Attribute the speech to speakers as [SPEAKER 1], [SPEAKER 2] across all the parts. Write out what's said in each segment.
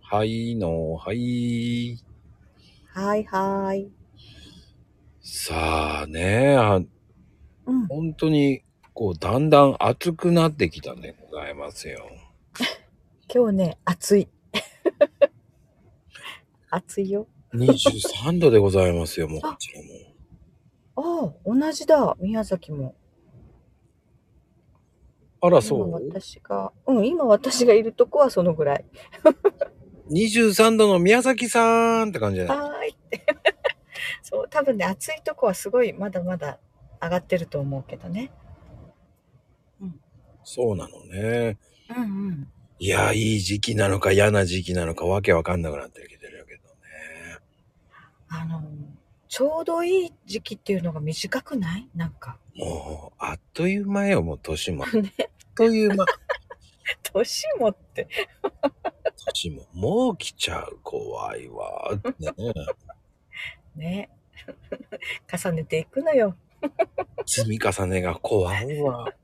[SPEAKER 1] はいの、はい。
[SPEAKER 2] はいはい。
[SPEAKER 1] さあね、あ
[SPEAKER 2] うん。
[SPEAKER 1] 本当に、こう、だんだん暑くなってきたんでございますよ。
[SPEAKER 2] 今日ね、暑い。 暑いよ。
[SPEAKER 1] 23度でございますよ、もうこ
[SPEAKER 2] あ、
[SPEAKER 1] ちらも。
[SPEAKER 2] ああ、同じだ、宮崎も。
[SPEAKER 1] あら、
[SPEAKER 2] 今
[SPEAKER 1] そう
[SPEAKER 2] 私が、うん、今私がいるとこはそのぐらい。
[SPEAKER 1] ?23 度の宮崎さんって感じじゃない
[SPEAKER 2] はーいって。 そう、多分ね、暑いとこはすごいまだまだ上がってると思うけどね。うん。
[SPEAKER 1] そうなのね。
[SPEAKER 2] うんうん。
[SPEAKER 1] いや、いい時期なのか嫌な時期なのかわけわかんなくなってきてるけどね。
[SPEAKER 2] あの、ちょうどいい時期っていうのが短くないなんか。
[SPEAKER 1] もう、あっという間よ、もう年も。あっ
[SPEAKER 2] ね。
[SPEAKER 1] という間。
[SPEAKER 2] 年もって。
[SPEAKER 1] 年も、もう来ちゃう、怖いわ。ね
[SPEAKER 2] ね。 重ねていくのよ。
[SPEAKER 1] 積み重ねが怖いわ。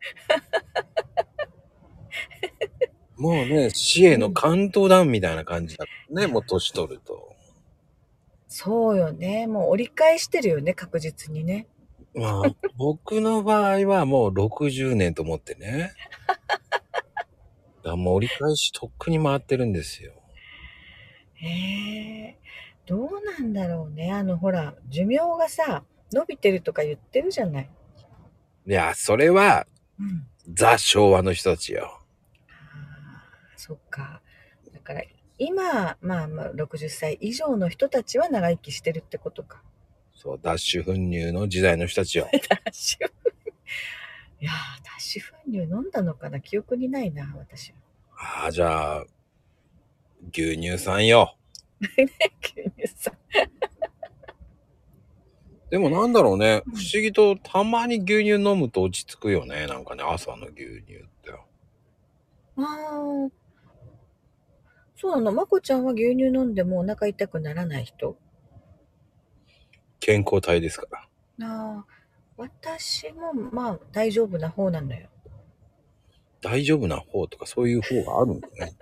[SPEAKER 1] もうね、死
[SPEAKER 2] う
[SPEAKER 1] への
[SPEAKER 2] ん。
[SPEAKER 1] カウントダウンみたいな感じだね、もう年取ると。
[SPEAKER 2] そうよね。もう折り返してるよね、確実にね。
[SPEAKER 1] まあ、 僕の場合はもう60年と思ってね。だからもう折り返しとっくに回ってるんですよ。
[SPEAKER 2] へえ、どうなんだろうね。あの、ほら、寿命がさ、伸びてるとか言ってるじゃない。
[SPEAKER 1] いや、それは、
[SPEAKER 2] うん。
[SPEAKER 1] ザ昭和の人たちよ。
[SPEAKER 2] ああ、そっか。だから、今、まあまあ、60歳以上の人たちは長生きしてるってことか。
[SPEAKER 1] そう、ダッシュ粉乳の時代の人た ちよ。
[SPEAKER 2] 脱脂いやー、脱脂粉乳飲んだのかな記憶にないな、私は。
[SPEAKER 1] ああ、じゃあ、牛乳さんよ。
[SPEAKER 2] 急にさ。
[SPEAKER 1] でもなんだろうね、不
[SPEAKER 2] うん。
[SPEAKER 1] 思議とたまに牛乳飲むと落ち着くよね。なんかね、朝の牛乳って。
[SPEAKER 2] ああ、そうなの。まこちゃんは牛乳飲んでもお腹痛くならない人
[SPEAKER 1] 健康体ですから。
[SPEAKER 2] ああ、私もまあ大丈夫な方なのよ。
[SPEAKER 1] 大丈夫な方とかそういう方があるんだね。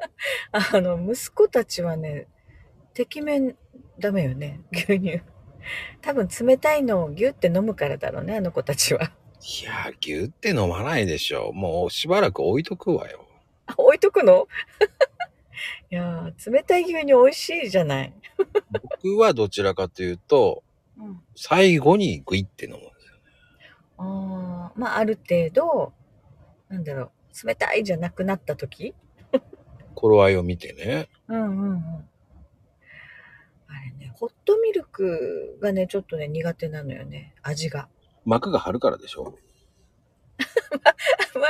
[SPEAKER 2] あの、息子たちはね、てきめんダメよね、牛乳。多分冷たいのをギュって飲むからだろうね、あの子たちは。
[SPEAKER 1] いやー、牛って飲まないでしょ。もうしばらく置いとくわよ。
[SPEAKER 2] あ置いとくの いやー、冷たい牛乳美味しいじゃない。
[SPEAKER 1] 僕はどちらかというと、
[SPEAKER 2] うん。
[SPEAKER 1] 最後にグイって飲むんですよ。
[SPEAKER 2] ああ、まあある程度、なんだろう、冷たいじゃなくなった時
[SPEAKER 1] 頃合いを見てね。
[SPEAKER 2] うんうんうん。あれね、ホットミルクがね、ちょっとね、苦手なのよね、味が。
[SPEAKER 1] 膜が張るからでしょ。
[SPEAKER 2] マックも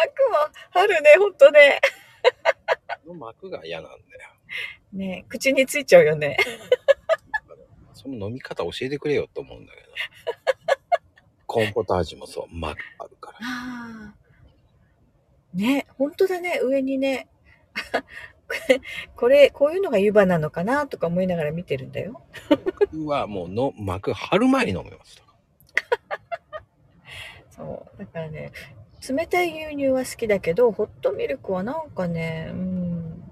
[SPEAKER 2] あるね、ほんとね。
[SPEAKER 1] その膜が嫌なんだよ。
[SPEAKER 2] ね、口についちゃうよね。
[SPEAKER 1] だからその飲み方教えてくれよと思うんだけど。コーンポタージュもそう、膜あるから。
[SPEAKER 2] ああ。ね、ほんとだね、上にね。 これ、これこういうのが湯葉なのかなとか思いながら見てるんだよ。
[SPEAKER 1] 僕はもうの膜張る前に飲みますと。
[SPEAKER 2] そう。だからね、冷たい牛乳は好きだけど、ホットミルクはなんかね、うん、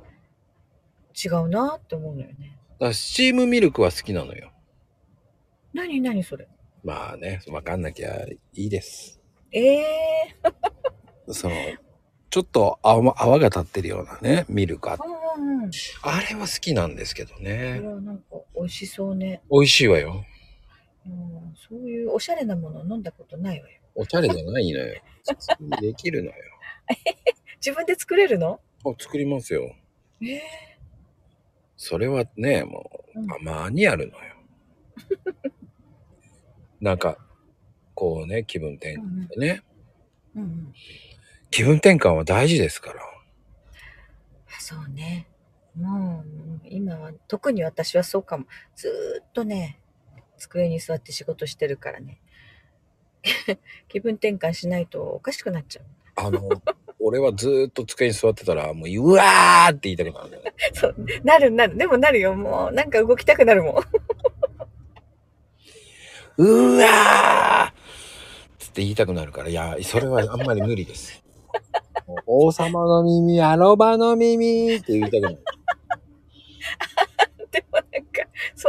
[SPEAKER 2] 違うなって思うのよね。
[SPEAKER 1] だからスチームミルクは好きなのよ。
[SPEAKER 2] なになにそれ。
[SPEAKER 1] まあね、わかんなきゃいいです。
[SPEAKER 2] ええ
[SPEAKER 1] その、ちょっと泡泡が立ってるようなね、ミルクあ。
[SPEAKER 2] うんうんうん。
[SPEAKER 1] あれは好きなんですけど
[SPEAKER 2] い
[SPEAKER 1] ね。
[SPEAKER 2] や、なんか美味しそうね。
[SPEAKER 1] 美味しいわよ。
[SPEAKER 2] うん、そういうおしゃれなもの飲んだことないわよ。
[SPEAKER 1] おしゃれじゃないのよ。普通にできるのよ。
[SPEAKER 2] 自分で作れるの
[SPEAKER 1] あ、作りますよ。
[SPEAKER 2] ええ
[SPEAKER 1] それはね、も
[SPEAKER 2] う
[SPEAKER 1] う、
[SPEAKER 2] ん。
[SPEAKER 1] たまにあるのよ。なんか、こうね、気分転換
[SPEAKER 2] うん
[SPEAKER 1] でね。
[SPEAKER 2] うん。うんうん。
[SPEAKER 1] 気分転換は大事ですから。
[SPEAKER 2] あそうね。もう、今は、特に私はそうかも。ずーっとね、机に座って仕事してるからね。 気分転換しないとおかしくなっちゃう。
[SPEAKER 1] あの、 俺はずーっと机に座ってたら、もう、うわーって言いたくなるんだよね。
[SPEAKER 2] そう、なるなる。でもなるよ。もう、なんか動きたくなるもん。
[SPEAKER 1] うわーつって言いたくなるから、いや、それはあんまり無理です。もう王様の耳、アロバの耳って言いたくなる。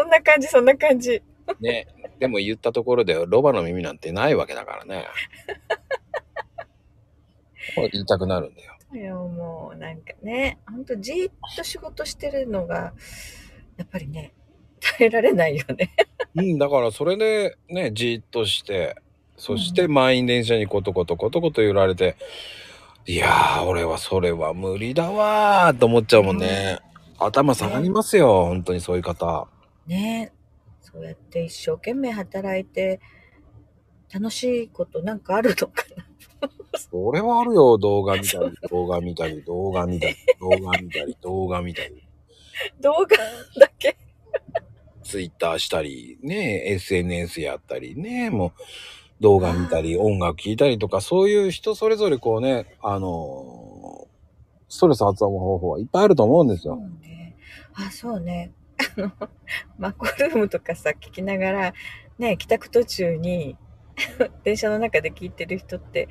[SPEAKER 2] んな感じ、そんな感じ。
[SPEAKER 1] ね。でも言ったところで、ロバの耳なんてないわけだからね。これ言いたくなるんだよ。
[SPEAKER 2] いや、もう、なんかね、ほんとじーっと仕事してるのが、やっぱりね、耐えられないよね。
[SPEAKER 1] うん、だからそれでね、じーっとして、そして満員電車にコトコトコトコト揺られて、いやー、俺はそれは無理だわーと思っちゃうもんね。頭下がりますよ、本当にそういう方。
[SPEAKER 2] ねそうやって一生懸命働いて、楽しいことなんかあるのか な。
[SPEAKER 1] それはあるよ、動画見た り、動画見たり、動画見たり、動画見たり、動画見たり、
[SPEAKER 2] 動画だけ。
[SPEAKER 1] ツイッターしたり、ね、SNS やったりね、もう動画見たり、音楽聴いたりとか、そういう人それぞれこうね、あのーストレス発散の方法はいっぱいあると思うんです
[SPEAKER 2] そ
[SPEAKER 1] よ。
[SPEAKER 2] うね。あ、そうね。あの、マコルームとかさ、聞きながら、ね、帰宅途中に、 電車の中で聞いてる人って、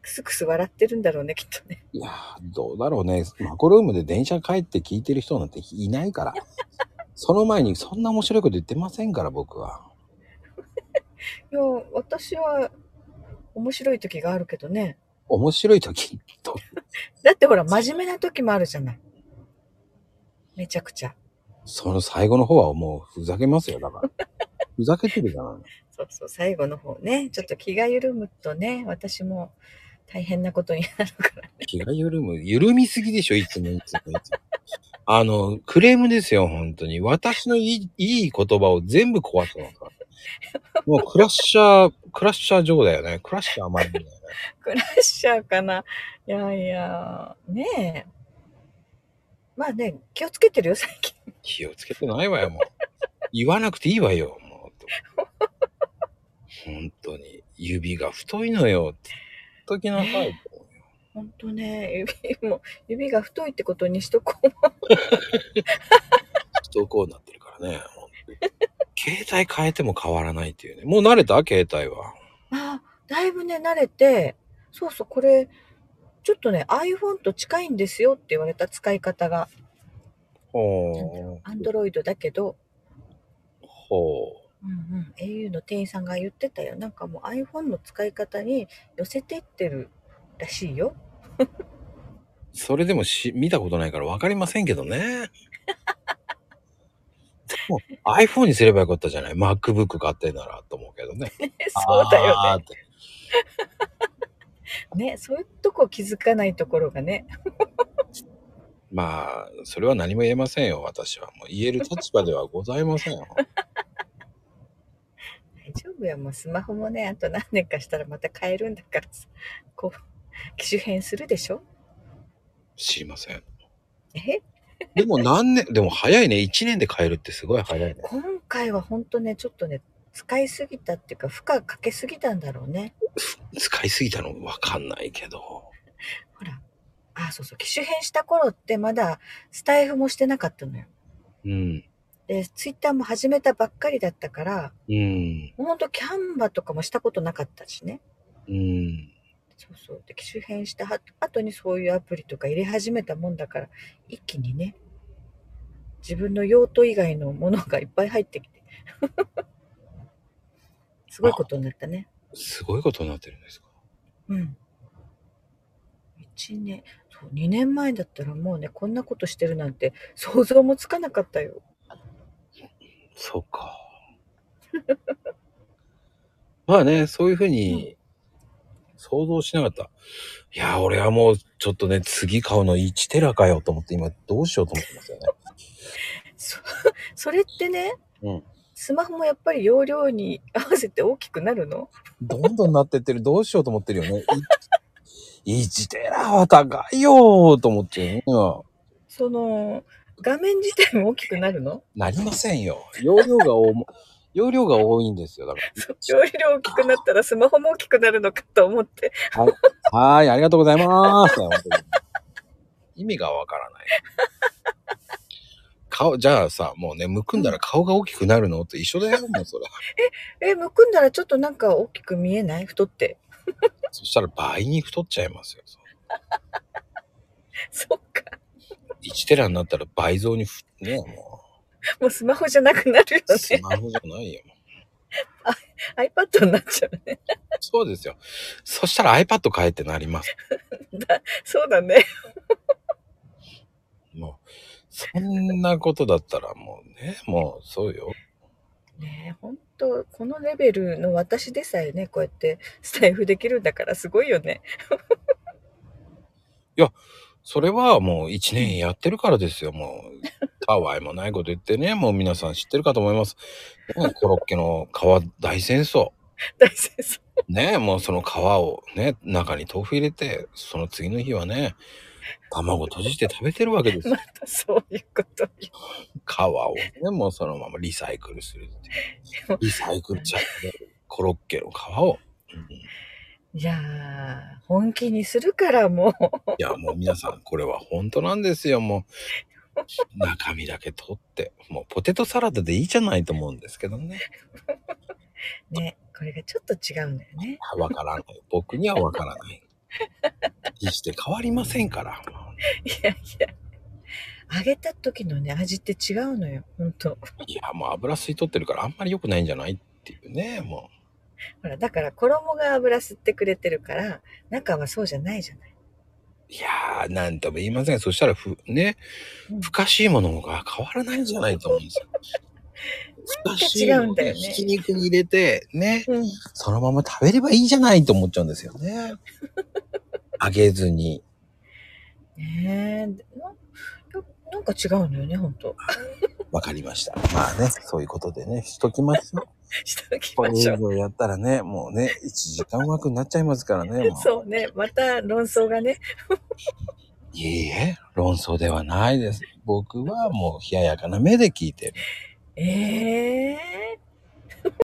[SPEAKER 2] クスクス笑ってるんだろうね、きっとね。
[SPEAKER 1] いやー、どうだろうね。マコルームで電車帰って聞いてる人なんていないから。その前にそんな面白いこと言ってませんから、僕は。
[SPEAKER 2] いや、私は、面白い時があるけどね。
[SPEAKER 1] 面白い時と。
[SPEAKER 2] だってほら、真面目な時もあるじゃない。めちゃくちゃ。
[SPEAKER 1] その最後の方はもうふざけますよ、だから。ふざけてるじゃない。
[SPEAKER 2] そうそう、最後の方ね。ちょっと気が緩むとね、私も大変なことになるから。
[SPEAKER 1] 気が緩む。緩みすぎでしょ、いつもいつもいつも。あの、クレームですよ、本当に。私のいいいい言葉を全部壊すのか。もうクラッシャー、クラッシャー上だよね。クラッシャーまでだよね。
[SPEAKER 2] クラッシャーかな。いやいや、ねえ。まあね、気をつけてるよ、最近。
[SPEAKER 1] 気をつけてないわよ、もう。言わなくていいわよ、もう。と本当に。指が太いのよ、って言っときなさい。
[SPEAKER 2] ほんとね、指も、指が太いってことにしとこう。
[SPEAKER 1] 不こうなってるからね。本当に携帯変えても変わらないっていうね。もう慣れた携帯は。
[SPEAKER 2] あだいぶね、慣れて、そうそう、これ、ちょっとね、iPhone と近いんですよって言われた使い方が、
[SPEAKER 1] ほう。
[SPEAKER 2] Android だけど、
[SPEAKER 1] ほう。
[SPEAKER 2] うんうん、au の店員さんが言ってたよなんかもう iPhone の使い方に寄せてってるらしいよ
[SPEAKER 1] それでもし見たことないから分かりませんけどね。でも iPhone にすればよかったじゃない ?MacBook 買ってんならと思うけどね。
[SPEAKER 2] え そうだよ
[SPEAKER 1] よね。
[SPEAKER 2] ねそういうとこ気づかないところがね
[SPEAKER 1] まあ、それは何も言えませんよ、私は。もう言える立場ではございませんよ。
[SPEAKER 2] 大丈夫やもうスマホもねあと何年かしたらまた買えるんだからさこう機種変するでしょ
[SPEAKER 1] 知りません。
[SPEAKER 2] え
[SPEAKER 1] でも何年、でも早いね。1年で買えるってすごい早いね。
[SPEAKER 2] 今回は本当ねちょっとね使いすぎたっていうか負荷かけすぎたんだろうね
[SPEAKER 1] 使いすぎたの分かんないけど。
[SPEAKER 2] ほらあそうそう機種変した頃ってまだスタイフもしてなかったのよ
[SPEAKER 1] うん。
[SPEAKER 2] でツイッターも始めたばっかりだったから
[SPEAKER 1] うん。
[SPEAKER 2] もうほんとキャンバとかもしたことなかったしね。
[SPEAKER 1] うん。
[SPEAKER 2] そうそう。で、機種変したは後にそういうアプリとか入れ始めたもんだから、一気にね、自分の用途以外のものがいっぱい入ってきて。 すごいことになったね。
[SPEAKER 1] すごいことになってるんですか。
[SPEAKER 2] うん。1年、そう、2年前だったらもうね、こんなことしてるなんて想像もつかなかったよ。
[SPEAKER 1] そうか。 まあね、そういうふうに想像しなかった。いや、俺はもうちょっとね、次買うの1テラかよと思って今どうしようと思ってますよね。
[SPEAKER 2] そ それってね、
[SPEAKER 1] うん
[SPEAKER 2] スマホもやっぱり容量に合わせて大きくなるの
[SPEAKER 1] どんどんなってってる、どうしようと思ってるよね。い1テラは高いよーと思って、うん
[SPEAKER 2] その画面自体も大きくなるの
[SPEAKER 1] なりませんよ。容量が多も、容量が多いんですよ。だから。
[SPEAKER 2] 容量大きくなったらスマホも大きくなるのかと思って
[SPEAKER 1] はーい、ありがとうございます。本当に意味がわからない。顔、じゃあさ、もうね、むくんだら顔が大きくなるのと一緒だよ、もうそれ。
[SPEAKER 2] えむくんだらちょっとなんか大きく見えない太って
[SPEAKER 1] そしたら倍に太っちゃいますよ。
[SPEAKER 2] そっか
[SPEAKER 1] 1テラになったら倍増にふ、ね、も
[SPEAKER 2] もうスマホじゃなくなるよ
[SPEAKER 1] ス
[SPEAKER 2] ね。
[SPEAKER 1] マホじゃないよ。
[SPEAKER 2] iPad になっちゃうね。
[SPEAKER 1] そうですよ。そしたら iPad 買えってなります。
[SPEAKER 2] だそうだね。
[SPEAKER 1] もう、そんなことだったらもうね、もうそうよ。
[SPEAKER 2] ねえ、本当このレベルの私でさえね、こうやってスタイフできるんだからすごいよね。
[SPEAKER 1] それはもう1年やってるからですよ。もう、たわいもないこと言ってね、もう 皆さん知ってるかと思います。ねコロッケの皮大戦争。
[SPEAKER 2] 大先生。
[SPEAKER 1] ねもうその皮をね、中に豆腐入れて、その次の日はね、卵閉じて食べてるわけです よ
[SPEAKER 2] ま。たそういうこと言
[SPEAKER 1] 皮をね、もうそのままリサイクルするっていう。リサイクルちゃって、コロッケの皮を。うん
[SPEAKER 2] う。いやー、本気にするからもう。
[SPEAKER 1] いや、もう皆さん、これは本当なんですよ、もう。中身だけ取って、もうポテトサラダでいいじゃないと思うんですけどね。
[SPEAKER 2] ね、これがちょっと違うんだよね。
[SPEAKER 1] わからない。僕にはわからない。決して変わりませんから。
[SPEAKER 2] いやいや。揚げた時のね、味って違うのよ。本当
[SPEAKER 1] いや、もう油吸い取ってるからあんまり良くないんじゃないっていうね、も
[SPEAKER 2] ほら、だから衣が油吸ってくれてるから、中はそうじゃないじゃない。
[SPEAKER 1] う。いやー、なんとも言いません。そしたら、ふ、ね
[SPEAKER 2] うん、
[SPEAKER 1] 不可思いものが変わらないんじゃないと思うんですよ。不可思議
[SPEAKER 2] なんか違うんだよね
[SPEAKER 1] ひき肉に入れて、ね、
[SPEAKER 2] うん。
[SPEAKER 1] そのまま食べればいいじゃないと思っちゃうんですよね。 あげずに。
[SPEAKER 2] ねえでなな、なんか違うのよね、本 当
[SPEAKER 1] わかりました。まあね、そういうことでね、しときましょう。
[SPEAKER 2] しとき
[SPEAKER 1] これ
[SPEAKER 2] ま
[SPEAKER 1] 以
[SPEAKER 2] しょう。
[SPEAKER 1] 上やったらね、もうね、1時間枠になっちゃいますからね。もう
[SPEAKER 2] そうね、また論争がね、
[SPEAKER 1] いえいえ、論争ではないです。僕はもう冷ややかな目で聞いてる。
[SPEAKER 2] ええ